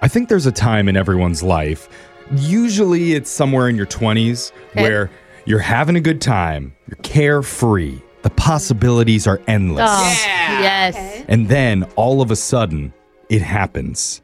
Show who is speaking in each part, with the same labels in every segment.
Speaker 1: I think there's a time in everyone's life, usually it's somewhere in your 20s,
Speaker 2: Okay.
Speaker 1: where you're having a good time, you're carefree, the possibilities are endless.
Speaker 2: Oh, Yes.
Speaker 1: And then all of a sudden, it happens.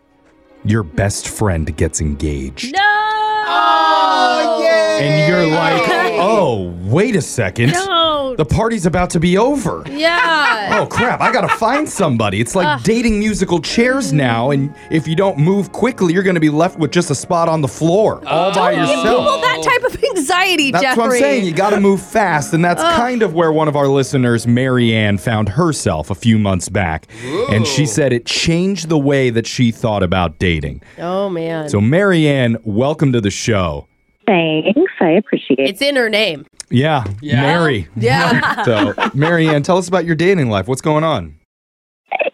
Speaker 1: Your best friend gets engaged.
Speaker 2: No.
Speaker 3: Oh,
Speaker 1: And you're like,
Speaker 3: Yay.
Speaker 1: oh, wait a second.
Speaker 2: No.
Speaker 1: The party's about to be over.
Speaker 2: Yeah.
Speaker 1: Oh crap, I gotta find somebody. It's like dating musical chairs now, and if you don't move quickly, you're gonna be left with just a spot on the floor all by
Speaker 2: Oh, People
Speaker 1: yourself.
Speaker 2: that type of anxiety,
Speaker 1: Oh, That's
Speaker 2: Jeffrey.
Speaker 1: what I'm saying. You gotta move fast, and that's kind of where one of our listeners, Marianne, found herself a few months back. And she said it changed the way that she thought about dating.
Speaker 2: Oh man.
Speaker 1: So, Marianne, welcome to the show.
Speaker 4: Thanks. I appreciate it.
Speaker 2: it's in her name.
Speaker 1: Yeah,
Speaker 3: Yeah.
Speaker 1: Mary.
Speaker 2: Yeah.
Speaker 1: So, Marianne, tell us about your dating life. What's going on?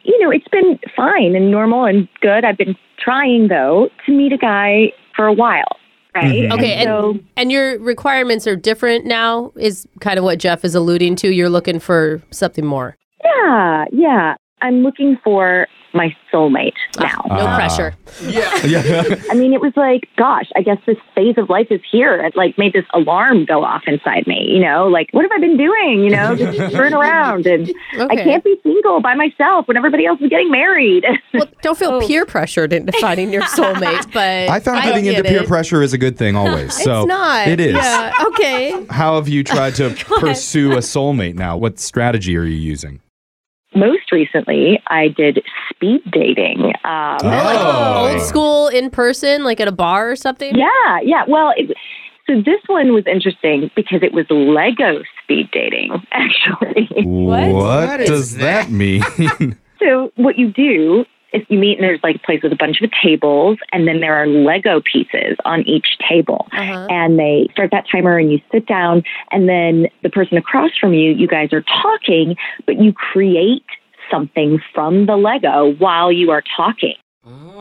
Speaker 4: You know, it's been fine and normal and good. I've been trying, though, to meet a guy for a while, right?
Speaker 1: Mhm.
Speaker 2: Okay, and-
Speaker 4: so,
Speaker 2: And your requirements are different now is kind of what Jeff is alluding to. You're looking for something more.
Speaker 4: yeah, yeah. I'm looking for my soulmate now.
Speaker 2: No
Speaker 1: Ah.
Speaker 2: pressure.
Speaker 3: Yeah.
Speaker 1: Yeah.
Speaker 4: I mean, it was like, gosh, I guess this phase of life is here. It like made this alarm go off inside me, you know, like, what have I been doing? You know, just turn around and I
Speaker 2: Okay.
Speaker 4: can't be single by myself when everybody else is getting married.
Speaker 2: well, don't feel
Speaker 4: Oh.
Speaker 2: peer pressured into finding your soulmate, but
Speaker 1: I found getting
Speaker 2: get
Speaker 1: into peer
Speaker 2: it.
Speaker 1: pressure is a good thing always. so
Speaker 2: it's not.
Speaker 1: It is.
Speaker 2: Yeah. Okay.
Speaker 1: How have you tried to pursue a soulmate now? What strategy are you using?
Speaker 4: Most recently, I did speed dating. Um,
Speaker 2: Ah.
Speaker 1: Oh.
Speaker 2: Old school in person, like at a bar or something.
Speaker 4: Yeah, yeah. Well, it, so this one was interesting because it was Lego speed dating, actually.
Speaker 1: What,
Speaker 3: What is
Speaker 1: does that, mean?
Speaker 4: So what you do is you meet and there's like a place with a bunch of tables, and then there are Lego pieces on each table.
Speaker 2: Uh-huh.
Speaker 4: And they start that timer, and you sit down, and then the person across from you, you guys are talking, but you create something from the Lego while you are talking.
Speaker 1: Ah.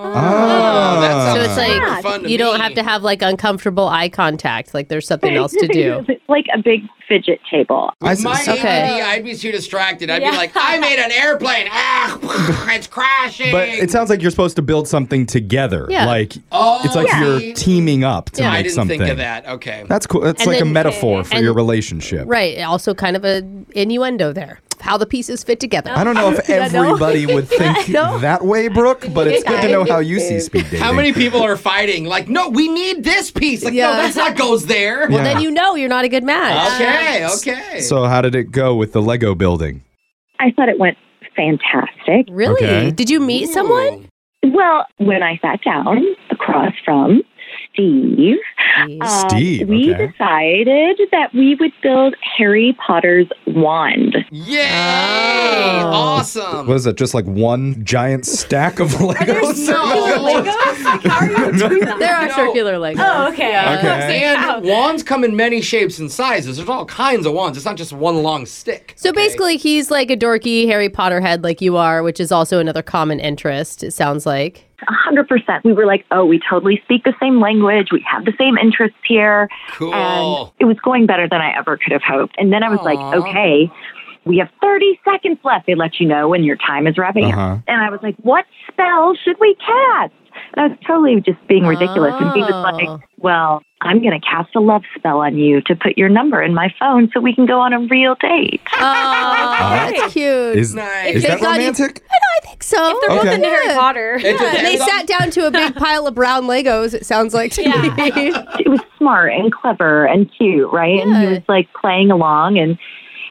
Speaker 3: Oh, that sounds
Speaker 2: So it's like
Speaker 3: super fun to
Speaker 2: you don't
Speaker 3: me.
Speaker 2: have to have like uncomfortable eye contact. Like there's something else to do.
Speaker 4: it's like a big fidget table.
Speaker 1: I
Speaker 3: With
Speaker 1: s-
Speaker 3: my
Speaker 2: Okay.
Speaker 3: ADD, I'd be too distracted. I'd be like, I made an airplane. Ah, it's crashing.
Speaker 1: but it sounds like you're supposed to build something together.
Speaker 2: Yeah.
Speaker 1: Like
Speaker 3: oh,
Speaker 1: it's like
Speaker 3: see?
Speaker 1: you're teaming up to
Speaker 2: Yeah.
Speaker 1: make
Speaker 3: I didn't
Speaker 1: something.
Speaker 3: think of that. Okay.
Speaker 1: That's cool. That's
Speaker 2: And
Speaker 1: like a
Speaker 2: then-
Speaker 1: metaphor for
Speaker 2: and-
Speaker 1: your relationship.
Speaker 2: Right. Also, kind of a innuendo there. How the pieces fit together.
Speaker 1: I don't know if
Speaker 2: Yeah, no.
Speaker 1: everybody would think
Speaker 2: no.
Speaker 1: that way, Brooke, but it's good to know how you see speed dating.
Speaker 3: How many people are fighting? Like, no, we need this piece. Like,
Speaker 2: Yeah.
Speaker 3: no, that's not goes there.
Speaker 1: Yeah.
Speaker 2: Then you know you're not a good match.
Speaker 3: Okay, okay.
Speaker 1: So how did it go with the Lego building?
Speaker 4: I thought it went fantastic.
Speaker 2: Really?
Speaker 1: Okay.
Speaker 2: Did you meet someone?
Speaker 3: Ooh.
Speaker 4: Well, when I sat down across from Steve, uh,
Speaker 1: Steve,
Speaker 4: we
Speaker 1: okay.
Speaker 4: decided that we would build Harry Potter's wand.
Speaker 3: Yay!
Speaker 2: Oh.
Speaker 3: Awesome.
Speaker 1: What is it? Just like one giant stack of Legos?
Speaker 2: Oh
Speaker 3: no.
Speaker 2: There are
Speaker 3: No.
Speaker 2: circular legs. Oh, okay.
Speaker 3: uh,
Speaker 1: Okay.
Speaker 3: And wands come in many shapes and sizes. There's all kinds of wands. It's not just one long stick.
Speaker 2: So basically, he's like a dorky Harry Potter head, like you are, which is also another common interest. It sounds like.
Speaker 4: A hundred percent. We were like, oh, we totally speak the same language. We have the same interests here.
Speaker 3: Cool.
Speaker 2: um,
Speaker 4: And it was going better than I ever could have hoped. And then I was like, okay, we have 30 seconds left. They let you know when your time is wrapping
Speaker 1: Uh-huh.
Speaker 4: up. And I was like, what spell should we cast? And I was totally just being ridiculous. And he was
Speaker 2: Oh.
Speaker 4: like, well, I'm going to cast a love spell on you to put your number in my phone so we can go on a real date.
Speaker 2: Oh, that's cute.
Speaker 1: Is,
Speaker 3: Nice.
Speaker 1: is that
Speaker 2: Thank God you-
Speaker 1: romantic?
Speaker 2: I think so.
Speaker 5: They're both
Speaker 1: Okay.
Speaker 5: into Harry Potter.
Speaker 3: It
Speaker 2: Yeah, they
Speaker 3: depends on-
Speaker 2: sat down to a big pile of brown Legos. It sounds like to me.
Speaker 4: It was smart and clever and cute, right? And he
Speaker 2: Yeah.
Speaker 4: was like playing along. And,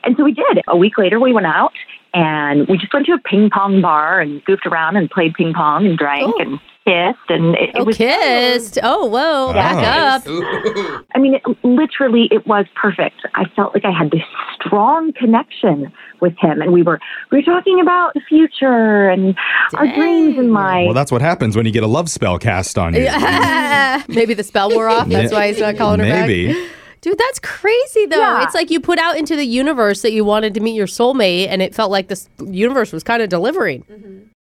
Speaker 4: and so we did. A week later, we went out and we just went to a ping pong bar and goofed around and played ping pong and drank
Speaker 2: Oh.
Speaker 4: and kissed. And it, it
Speaker 2: Oh,
Speaker 4: was
Speaker 2: kissed. Oh, whoa,
Speaker 1: Oh.
Speaker 2: back up.
Speaker 3: Ooh.
Speaker 4: I mean, it, literally, it was perfect. I felt like I had this strong connection with him, and we were we were talking about the future and our dreams in life.
Speaker 1: Well, that's what happens when you get a love spell cast on you.
Speaker 2: Maybe the spell wore off. That's why he's not calling her back.
Speaker 1: Maybe.
Speaker 2: Dude, that's crazy though.
Speaker 4: Yeah.
Speaker 2: It's like you put out into the universe that you wanted to meet your soulmate, and it felt like this universe was kind of delivering.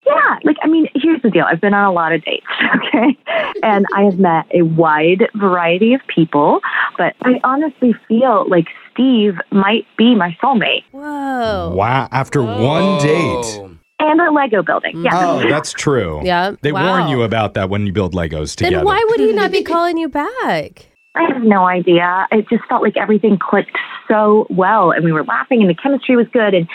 Speaker 4: yeah, like I mean, here's the deal: I've been on a lot of dates, okay, and I have met a wide variety of people, but I honestly feel like Steve might be my soulmate.
Speaker 2: Whoa.
Speaker 1: Wow. After one date.
Speaker 3: Oh.
Speaker 4: and a Lego building. Yeah.
Speaker 1: Oh, that's true.
Speaker 2: Yeah,
Speaker 1: They warn
Speaker 2: wow.
Speaker 1: you about that when you build Legos
Speaker 2: Then
Speaker 1: together.
Speaker 2: why would he not be calling you back?
Speaker 4: I have no idea. It just felt like everything clicked so well, and we were laughing, and the chemistry was good, and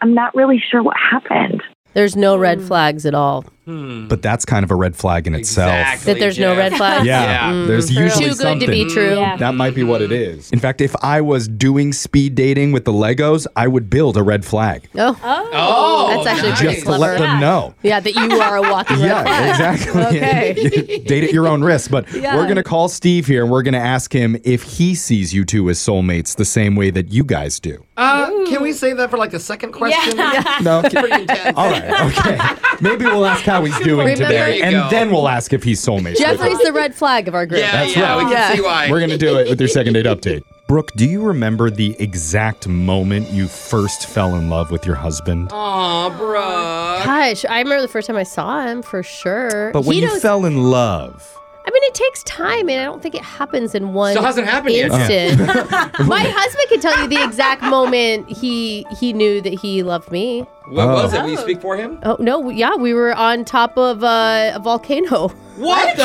Speaker 4: I'm not really sure what happened.
Speaker 2: There's no red flags at all.
Speaker 1: but that's kind of a red flag in itself.
Speaker 2: That there's no red flags.
Speaker 1: Yeah,
Speaker 3: Yeah.
Speaker 1: there's usually
Speaker 2: Mm-hmm. Too good
Speaker 1: something.
Speaker 2: to be true. Mm-hmm.
Speaker 5: Yeah.
Speaker 1: That might be what it is. In fact, if I was doing speed dating with the Legos, I would build a red flag
Speaker 2: Oh,
Speaker 3: Oh,
Speaker 2: That's actually
Speaker 3: nice.
Speaker 2: pretty
Speaker 1: just to
Speaker 2: clever.
Speaker 1: let them know.
Speaker 2: yeah, that you are a walking red
Speaker 1: Yeah,
Speaker 2: flag.
Speaker 1: exactly.
Speaker 2: Okay.
Speaker 1: Date at your own risk. But
Speaker 2: Yeah.
Speaker 1: we're going to call Steve here and we're going to ask him if he sees you two as soulmates the same way that you guys do.
Speaker 6: Uh, can we save that for like the second question?
Speaker 1: No?
Speaker 6: Pretty intense.
Speaker 1: All right. Okay. Maybe we'll ask how he's doing
Speaker 2: Remember- There
Speaker 1: today
Speaker 3: you
Speaker 1: and
Speaker 3: go.
Speaker 1: then we'll ask if he's soulmates. with
Speaker 2: Jeffrey's the red flag of our group.
Speaker 3: Yeah,
Speaker 1: That's
Speaker 3: yeah,
Speaker 1: right.
Speaker 3: we can
Speaker 2: Yeah.
Speaker 3: see why.
Speaker 1: We're going to do it with your second date update. Brooke, do you remember the exact moment you first fell in love with your husband?
Speaker 3: Aw, bro.
Speaker 2: Gosh, I remember the first time I saw him for sure.
Speaker 1: but when
Speaker 2: he
Speaker 1: you
Speaker 2: knows-
Speaker 1: fell in love,
Speaker 2: I mean, it takes time, and I don't think it happens in one.
Speaker 3: Still hasn't happened yet.
Speaker 2: instant. My husband can tell you the exact moment he he knew that he loved me.
Speaker 3: What
Speaker 1: Oh.
Speaker 3: was it? Will you speak for him?
Speaker 2: Oh no, yeah, we were on top of uh, a volcano.
Speaker 3: What the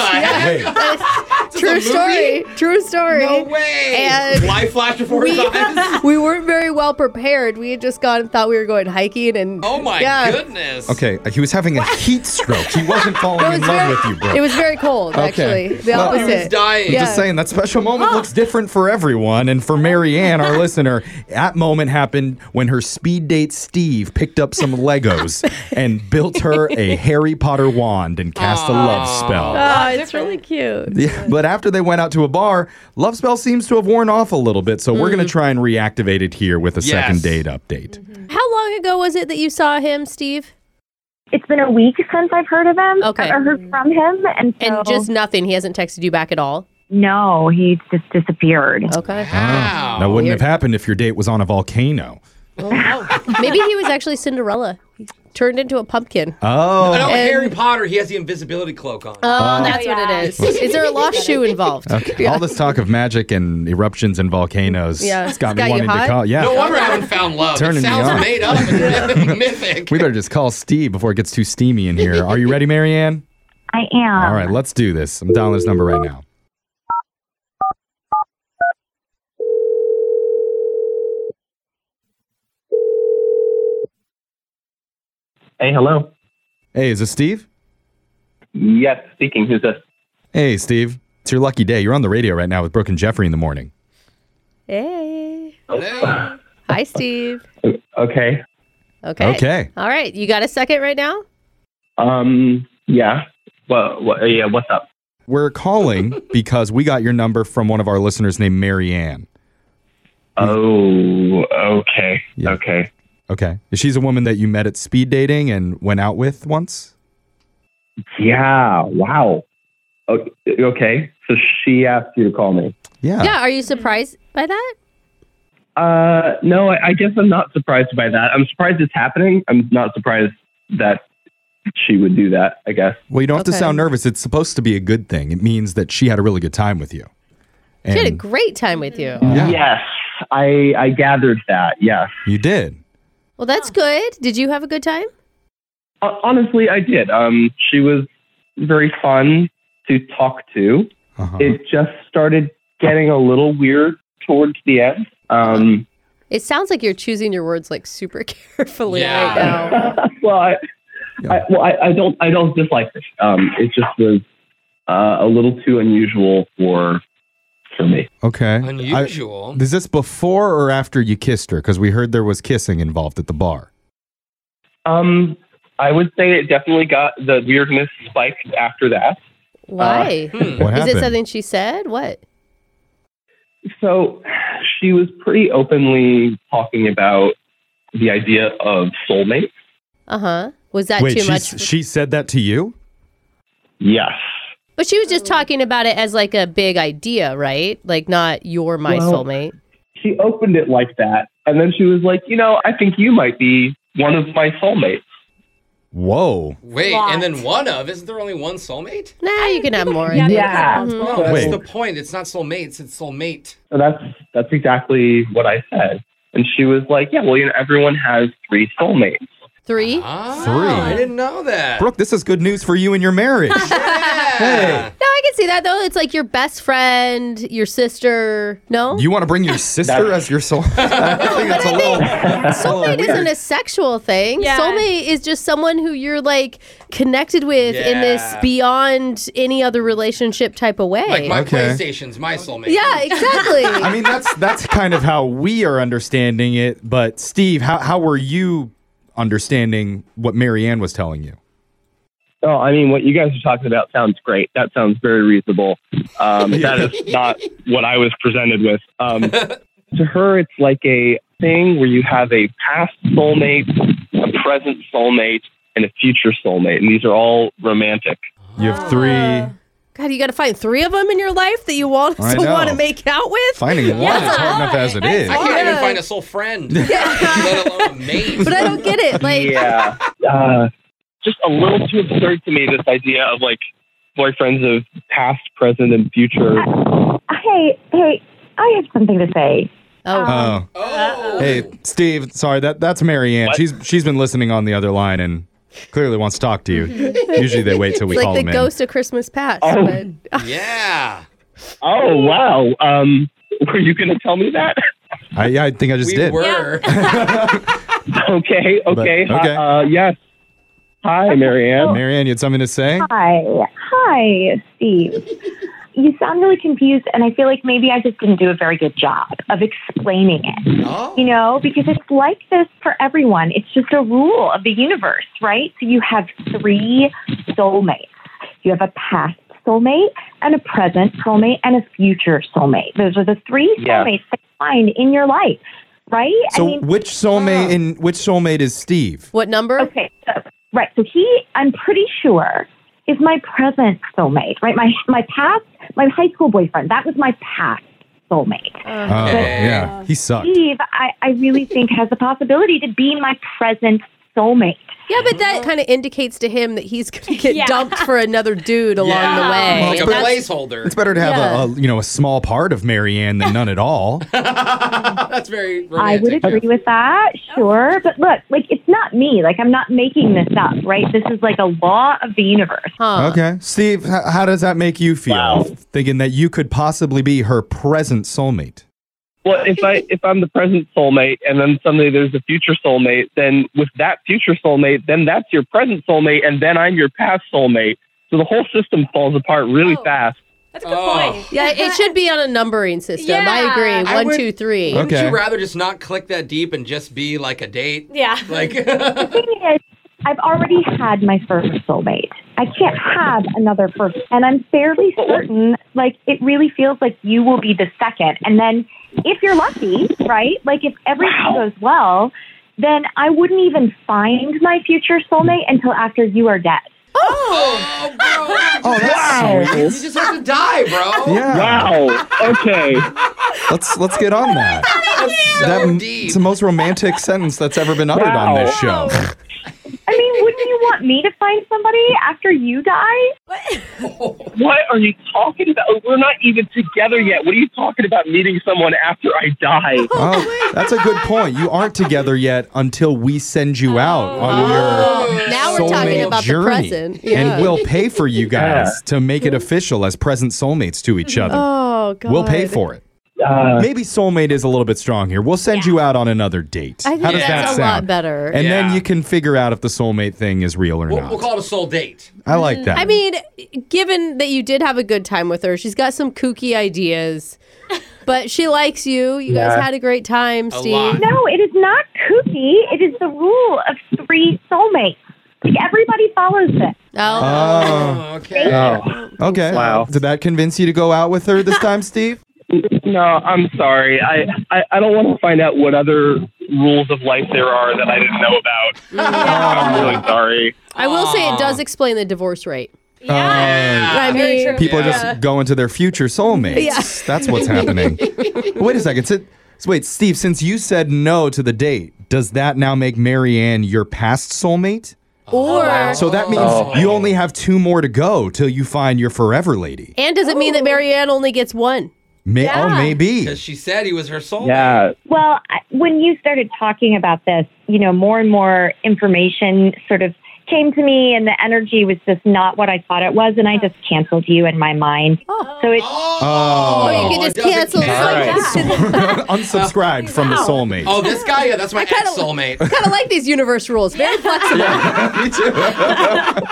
Speaker 1: wait,
Speaker 3: heck? a
Speaker 2: True
Speaker 3: movie?
Speaker 2: story. True story.
Speaker 3: No way.
Speaker 2: And
Speaker 3: Life flashed before his eyes.
Speaker 2: we weren't very well prepared. We had just gone and thought we were going hiking, and
Speaker 3: Oh my
Speaker 2: yeah,
Speaker 3: goodness.
Speaker 1: okay, he was having a heat stroke. He wasn't falling in love with you, Brooke.
Speaker 2: it was very cold.
Speaker 1: Okay.
Speaker 2: Actually, the
Speaker 1: Well, he
Speaker 2: opposite.
Speaker 1: was
Speaker 3: He's dying.
Speaker 2: Yeah.
Speaker 1: Just saying that special moment looks different for everyone. And for Marianne, our listener, that moment happened when her speed date Steve picked up some Legos and built her a Harry Potter wand and cast a love spell.
Speaker 2: Oh, it's really cute.
Speaker 1: Yeah, but after they went out to a bar, love spell seems to have worn off a little bit. So we're going
Speaker 2: Hmm.
Speaker 1: to try and reactivate it here with a
Speaker 3: Yes.
Speaker 1: second date update.
Speaker 2: How long ago was it that you saw him, Steve?
Speaker 4: It's been a week since I've heard of him
Speaker 2: Okay.
Speaker 4: or heard from him, and
Speaker 2: And
Speaker 4: so
Speaker 2: just nothing. He hasn't texted you back at all.
Speaker 4: no, he just disappeared.
Speaker 2: Okay.
Speaker 3: Wow.
Speaker 1: Ah, That wouldn't
Speaker 2: Weird.
Speaker 1: have happened if your date was on a volcano.
Speaker 2: Maybe he was actually Cinderella, turned into a pumpkin.
Speaker 1: Oh,
Speaker 3: No,
Speaker 2: And-
Speaker 3: Harry Potter, he has the invisibility cloak on.
Speaker 2: Oh, that's what
Speaker 5: yeah.
Speaker 2: it is. Is there a lost shoe involved?
Speaker 1: all this talk of magic and eruptions and volcanoes.
Speaker 2: Yeah.
Speaker 1: It's got
Speaker 2: It's
Speaker 1: me
Speaker 2: got you
Speaker 1: wanting to
Speaker 2: hot?
Speaker 1: call. Yeah.
Speaker 3: no wonder I haven't found love.
Speaker 1: Turning
Speaker 3: It
Speaker 1: me
Speaker 3: sounds
Speaker 1: on.
Speaker 3: made up and mythic.
Speaker 1: We better just call Steve before it gets too steamy in here. Are you ready, Marianne?
Speaker 4: I am.
Speaker 1: All right, let's do this. I'm dialing his number right now.
Speaker 7: Hey, hello.
Speaker 1: Hey, is this Steve?
Speaker 7: Yes, speaking. Who's this?
Speaker 1: Hey, Steve. It's your lucky day. You're on the radio right now with Brooke and Jeffrey in the morning.
Speaker 2: Hey.
Speaker 3: No.
Speaker 2: Hi, Steve.
Speaker 7: Okay.
Speaker 2: Okay.
Speaker 1: Okay.
Speaker 2: All right. You got a second right now?
Speaker 7: Um. Yeah. Well. wha- yeah. What's up?
Speaker 1: We're calling because we got your number from one of our listeners named Marianne.
Speaker 7: Oh. Okay.
Speaker 1: Yeah.
Speaker 7: Okay.
Speaker 1: Okay. She's a woman that you met at speed dating and went out with once.
Speaker 7: Yeah. Wow. O- Okay. So she asked you to call me.
Speaker 1: Yeah.
Speaker 2: Yeah. Are you surprised by that?
Speaker 7: Uh. No. I, I guess I'm not surprised by that. I'm surprised it's happening. I'm not surprised that she would do that. I guess.
Speaker 1: Well, you don't have to
Speaker 2: Okay.
Speaker 1: sound nervous. It's supposed to be a good thing. It means that she had a really good time with you.
Speaker 2: She had a
Speaker 1: And-
Speaker 2: great time with you.
Speaker 7: Mm.
Speaker 1: Yeah.
Speaker 7: Yes. I I gathered that. Yes.
Speaker 1: You did.
Speaker 2: Well, that's good. Did you have a good time?
Speaker 7: Ho- Honestly, I did. Um. She was very fun to talk to.
Speaker 1: Uh-huh.
Speaker 7: it just started getting a little weird towards the end. Um,
Speaker 2: It sounds like you're choosing your words like super carefully
Speaker 3: Yeah.
Speaker 2: right now.
Speaker 7: well, I,
Speaker 1: Yeah.
Speaker 7: I, well, I, I don't, I don't dislike this. Um, it just was uh, a little too unusual for for me.
Speaker 1: okay. I-
Speaker 3: Unusual.
Speaker 1: Is this before or after you kissed her? Because we heard there was kissing involved at the bar.
Speaker 7: Um, I would say it definitely got the weirdness spiked after that.
Speaker 2: Why?
Speaker 1: What
Speaker 2: Uh, Is
Speaker 1: happened?
Speaker 2: it something she said? What?
Speaker 7: So she was pretty openly talking about the idea of soulmates.
Speaker 2: Uh huh. Was that
Speaker 1: Wait,
Speaker 2: too
Speaker 1: she,
Speaker 2: much?
Speaker 1: she said that to you?
Speaker 7: Yes.
Speaker 2: But she was just talking about it as like a big idea, right? Like not you're my
Speaker 7: Well-
Speaker 2: soulmate.
Speaker 7: she opened it like that. And then she was like, you know, I think you might be one of my soulmates.
Speaker 1: Whoa.
Speaker 3: Wait,
Speaker 5: Lot.
Speaker 3: and then one of, isn't there only one soulmate?
Speaker 2: Nah, you can have more.
Speaker 5: Yeah.
Speaker 7: Yeah.
Speaker 2: Mm-hmm.
Speaker 3: No, that's
Speaker 1: Wait.
Speaker 3: the point. It's not soulmates, it's soulmate.
Speaker 7: So that's that's exactly what I said. And she was like, yeah, well, you know, everyone has three soulmates.
Speaker 2: Three.
Speaker 1: Uh-huh.
Speaker 3: Oh,
Speaker 1: Three.
Speaker 3: I didn't know that.
Speaker 1: Brooke, this is good news for you and your marriage.
Speaker 3: Yeah.
Speaker 2: No, I can see that though. It's like your best friend, your sister. No,
Speaker 1: You want to bring your sister as your soul? I think that's a little. that's a little
Speaker 2: soulmate
Speaker 1: weird.
Speaker 2: isn't a sexual thing.
Speaker 5: Yeah.
Speaker 2: Soulmate is just someone who you're like connected with in this
Speaker 3: Yeah.
Speaker 2: beyond any other relationship type of way.
Speaker 3: Like my
Speaker 1: Okay.
Speaker 3: PlayStation's my soulmate.
Speaker 2: yeah, exactly.
Speaker 1: I mean, that's that's kind of how we are understanding it. But Steve, how how were you understanding what Marianne was telling you?
Speaker 7: Oh, I mean, what you guys are talking about sounds great. That sounds very reasonable. Um, that is not what I was presented with. Um, to her, it's like a thing where you have a past soulmate, a present soulmate, and a future soulmate, and these are all romantic.
Speaker 1: You have three.
Speaker 2: God, you got to find three of them in your life that you want
Speaker 1: I
Speaker 2: to
Speaker 1: know.
Speaker 2: want to make out with.
Speaker 1: Finding one is hard enough as it is.
Speaker 3: I can't even
Speaker 2: Yeah.
Speaker 3: find a soul friend, let alone a mate.
Speaker 2: But I don't get it. Like,
Speaker 7: yeah, uh, just a little too absurd to me. This idea of like boyfriends of past, present, and future.
Speaker 4: Hey, hey, I have something to say.
Speaker 2: oh,
Speaker 1: Oh,
Speaker 3: oh.
Speaker 1: hey, Steve. Sorry that that's Marianne. She's she's been listening on the other line and clearly wants to talk to you. Usually they wait till we
Speaker 2: it's
Speaker 1: call them
Speaker 2: like the
Speaker 1: in.
Speaker 2: ghost of Christmas past.
Speaker 7: Oh.
Speaker 2: But
Speaker 3: Yeah.
Speaker 7: Oh wow! Um, were you going to tell me that?
Speaker 1: I, yeah, I think I just
Speaker 3: we
Speaker 1: did.
Speaker 3: were.
Speaker 7: Okay, okay, hi-
Speaker 1: okay.
Speaker 7: Uh, yes. Hi, Marianne.
Speaker 1: Marianne, you had something to say?
Speaker 4: Hi, hi, Steve. you sound really confused, and I feel like maybe I just didn't do a very good job of explaining it.
Speaker 3: Oh.
Speaker 4: You know, because it's like this for everyone. It's just a rule of the universe, right? So you have three soulmates. You have a past soulmate and a present soulmate and a future soulmate. Those are the three
Speaker 7: Yeah.
Speaker 4: soulmates that you find in your life, right?
Speaker 1: So which soulmate in which soulmate is Steve?
Speaker 2: what number?
Speaker 4: Okay, so, right. So he, I'm pretty sure, is my present soulmate. Right, my my past, my high school boyfriend. That was my past soulmate.
Speaker 1: Oh, yeah. He sucked.
Speaker 4: Steve, I, I really think has the possibility to be my present soulmate.
Speaker 2: Yeah, but that kind of indicates to him that he's going to get
Speaker 5: Oh. Yeah.
Speaker 2: dumped for another dude along the way.
Speaker 3: Like a
Speaker 2: And that's-
Speaker 1: It's
Speaker 3: placeholder.
Speaker 1: better to have
Speaker 2: Yeah.
Speaker 1: a, a you know a small part of Marianne than none at all.
Speaker 3: That's very
Speaker 4: I would
Speaker 3: romantic.
Speaker 4: agree with that, sure. But look, like it's not me. Like I'm not making this up, right? This is like a law of the universe.
Speaker 2: Huh.
Speaker 1: Okay, Steve, h- how does that make you feel?
Speaker 7: Wow.
Speaker 1: Thinking that you could possibly be her present soulmate.
Speaker 7: Well, if I if I'm the present soulmate and then suddenly there's a future soulmate, then with that future soulmate, then that's your present soulmate, and then I'm your past soulmate. So the whole system falls apart really
Speaker 5: Oh.
Speaker 7: fast.
Speaker 5: That's a good
Speaker 3: Oh.
Speaker 5: point.
Speaker 2: Yeah, it should be on a numbering system.
Speaker 5: Yeah.
Speaker 2: I agree.
Speaker 5: I
Speaker 2: One,
Speaker 3: would-
Speaker 2: two, three.
Speaker 1: Okay.
Speaker 3: Wouldn't you rather just not click that deep and just be like a date?
Speaker 5: Yeah.
Speaker 3: Like,
Speaker 4: The thing is, I've already had my first soulmate. I can't have another first, and I'm fairly certain. Like it really feels like you will be the second, and then if you're lucky, right? Like if everything goes well, then I wouldn't even find my future soulmate until after you are dead.
Speaker 3: oh, bro.
Speaker 1: Oh, that's
Speaker 3: You just have to die, bro.
Speaker 1: Yeah.
Speaker 7: Wow. Okay.
Speaker 1: Let's let's get on that.
Speaker 3: That's so
Speaker 1: that
Speaker 3: deep.
Speaker 1: it's the most romantic sentence that's ever been uttered on this show.
Speaker 4: I mean, wouldn't you want me to find somebody after you die?
Speaker 7: What are you talking about? We're not even together yet. What are you talking about meeting someone after I die?
Speaker 1: Oh, that's a good point. You aren't together yet until we send you out on your
Speaker 2: Oh. Now we're talking
Speaker 1: soulmate
Speaker 2: about
Speaker 1: journey,
Speaker 2: the present.
Speaker 1: and we'll pay for you guys to make it official as present soulmates to each other.
Speaker 2: oh, God.
Speaker 1: we'll pay for it.
Speaker 7: Uh,
Speaker 1: Maybe soulmate is a little bit strong here. We'll send you out on another date.
Speaker 2: I think
Speaker 1: How does
Speaker 2: that's
Speaker 1: that
Speaker 2: a
Speaker 1: sound?
Speaker 2: lot better.
Speaker 1: And then
Speaker 3: Yeah.
Speaker 1: you can figure out if the soulmate thing is real or
Speaker 3: We'll,
Speaker 1: not.
Speaker 3: we'll call it a soul date.
Speaker 1: I like that.
Speaker 2: I mean, given that you did have a good time with her, she's got some kooky ideas, but she likes you. You guys
Speaker 7: Yeah.
Speaker 2: had a great time,
Speaker 3: A
Speaker 2: Steve.
Speaker 3: lot.
Speaker 4: No, it is not kooky. It is the rule of three soulmates. Like everybody follows this.
Speaker 2: Oh.
Speaker 1: Oh,
Speaker 3: Oh, okay.
Speaker 7: Uh,
Speaker 1: okay.
Speaker 7: Wow.
Speaker 1: Did that convince you to go out with her this time, Steve?
Speaker 7: No, I'm sorry. I, I, I don't want to find out what other rules of life there are that I didn't know about. I'm really sorry.
Speaker 2: I will say it does explain the divorce rate.
Speaker 1: Oh, Yeah.
Speaker 2: I
Speaker 5: Very
Speaker 2: mean,
Speaker 5: true.
Speaker 1: people are
Speaker 2: Yeah.
Speaker 1: just going to their future soulmates.
Speaker 2: Yeah.
Speaker 1: That's what's happening. wait a second. si- so wait, Steve, since you said no to the date, does that now make Marianne your past soulmate?
Speaker 2: or
Speaker 1: So that means
Speaker 7: Oh.
Speaker 1: you only have two more to go till you find your forever lady.
Speaker 2: And does it mean that Marianne only gets one?
Speaker 1: May- Oh,
Speaker 2: Yeah.
Speaker 1: maybe.
Speaker 3: Because she said he was her soulmate.
Speaker 7: Yeah,
Speaker 4: Well, I- when you started talking about this, you know, more and more information sort of came to me, and the energy was just not what I thought it was, and I just canceled you in my mind. So it,
Speaker 3: Oh,
Speaker 1: Oh.
Speaker 2: Or you could
Speaker 3: it
Speaker 2: just
Speaker 3: doesn't
Speaker 2: cancel
Speaker 3: count.
Speaker 2: it like
Speaker 7: Alright.
Speaker 2: that.
Speaker 1: Unsubscribed from the soulmate.
Speaker 3: Oh, this guy, yeah, that's my
Speaker 2: kinda-
Speaker 3: ex soulmate.
Speaker 2: Oh, kind of like these universe rules. Very flexible.
Speaker 1: Me too.